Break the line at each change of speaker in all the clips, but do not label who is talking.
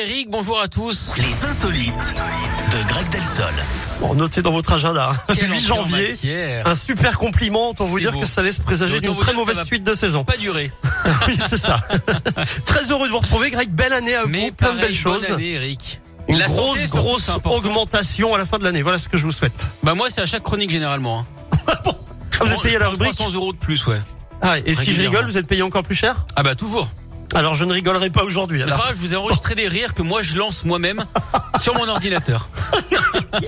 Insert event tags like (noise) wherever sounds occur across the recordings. Eric, bonjour à tous.
Les insolites de Greg Delsol.
Bon, notez dans votre agenda. hein.
Quelle
8
entrée en
janvier.
matière.
Un super compliment, autant vous
C'est
dire
beau.
que ça laisse présager
Autant
d'une
vous
très
dire que ça
mauvaise
va
suite de
(laughs)
saison.
Pas duré.
oui, c'est ça. (laughs) très heureux de vous retrouver, Greg. Belle année à vous,
Mais
plein de
pareil,
belles choses.
Bonne année, Eric.
Une
La
grosse,
santé, surtout,
grosse
c'est important.
augmentation à la fin de l'année. Voilà ce que je vous souhaite.
Bah moi, c'est à chaque chronique généralement. hein.
(laughs) Ah, vous
Je
êtes
prends-
payé à
je
la
prends
rubrique
300 euros de plus, ouais.
ah, Et si je
Régulièrement.
rigole, vous êtes payé encore plus cher
Ah bah toujours.
Alors je ne rigolerai pas aujourd'hui.
Ça
alors.
va, je vous ai enregistré des rires que moi je lance moi-même sur mon ordinateur.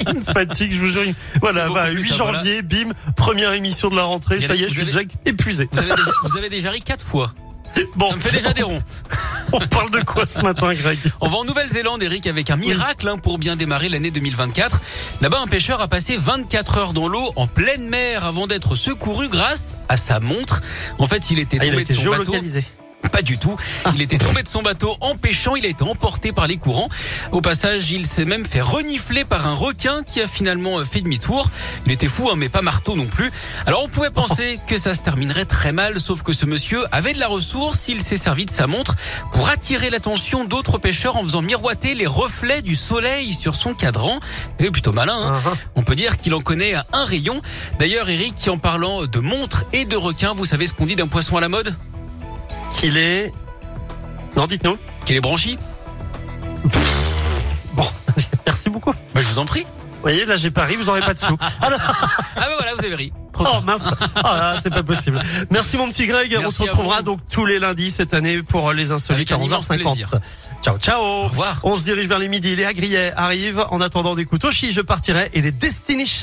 (laughs) Une fatigue, je vous jure.
C'est
Voilà,
beaucoup
bah,
plus
8
ça, voilà.
janvier, bim, première émission de la rentrée.
Il y a
Ça
des-
y est,
vous
je suis
avez-
déjà épuisé.
Vous avez déjà, vous avez déjà ri quatre fois.
Bon,
Ça me fait déjà des ronds.
(laughs) on parle de quoi ce matin, Greg Ah,
On va en Nouvelle-Zélande, Eric, avec un miracle hein, pour bien démarrer l'année 2024. Là-bas, un pêcheur a passé 24 heures dans l'eau en pleine mer avant d'être secouru grâce à sa montre. En fait, il était
Ah,
tombé
Il a été
de son bateau.
géolocalisé.
Pas du tout. Il était tombé de son bateau en pêchant. Il a été emporté par les courants. Au passage, il s'est même fait renifler par un requin qui a finalement euh, fait demi-tour. Il était fou, hein, mais pas marteau non plus. Alors on pouvait penser que ça se terminerait très mal, sauf que ce monsieur avait de la ressource. Il s'est servi de sa montre pour attirer l'attention d'autres pêcheurs en faisant miroiter les reflets du soleil sur son cadran. Et plutôt malin. hein.
Uh-huh.
On peut dire qu'il en connaît à un rayon. D'ailleurs, Eric, en parlant de montres et de requins, vous savez ce qu'on dit d'un poisson à la mode
qu'il est. Non, dites-nous.
Qu'il est branchi
Bon, (laughs) merci beaucoup. Vous
Bah, je vous en prie.
voyez, là j'ai pari, vous aurez pas de (laughs) sous. Ah, non,
Ah bah voilà, vous avez ri. Trop
oh
tard.
mince, ah, là, c'est pas possible. Merci mon petit Greg, on
Merci
se
à
retrouvera
vous.
donc tous les lundis cette année pour les
Avec
insolites
un
à
immense
11h50.
plaisir.
Ciao, ciao.
revoir.
On se dirige vers les midis, les agriers arrivent. En attendant des couteaux chi, je partirai et les Destiny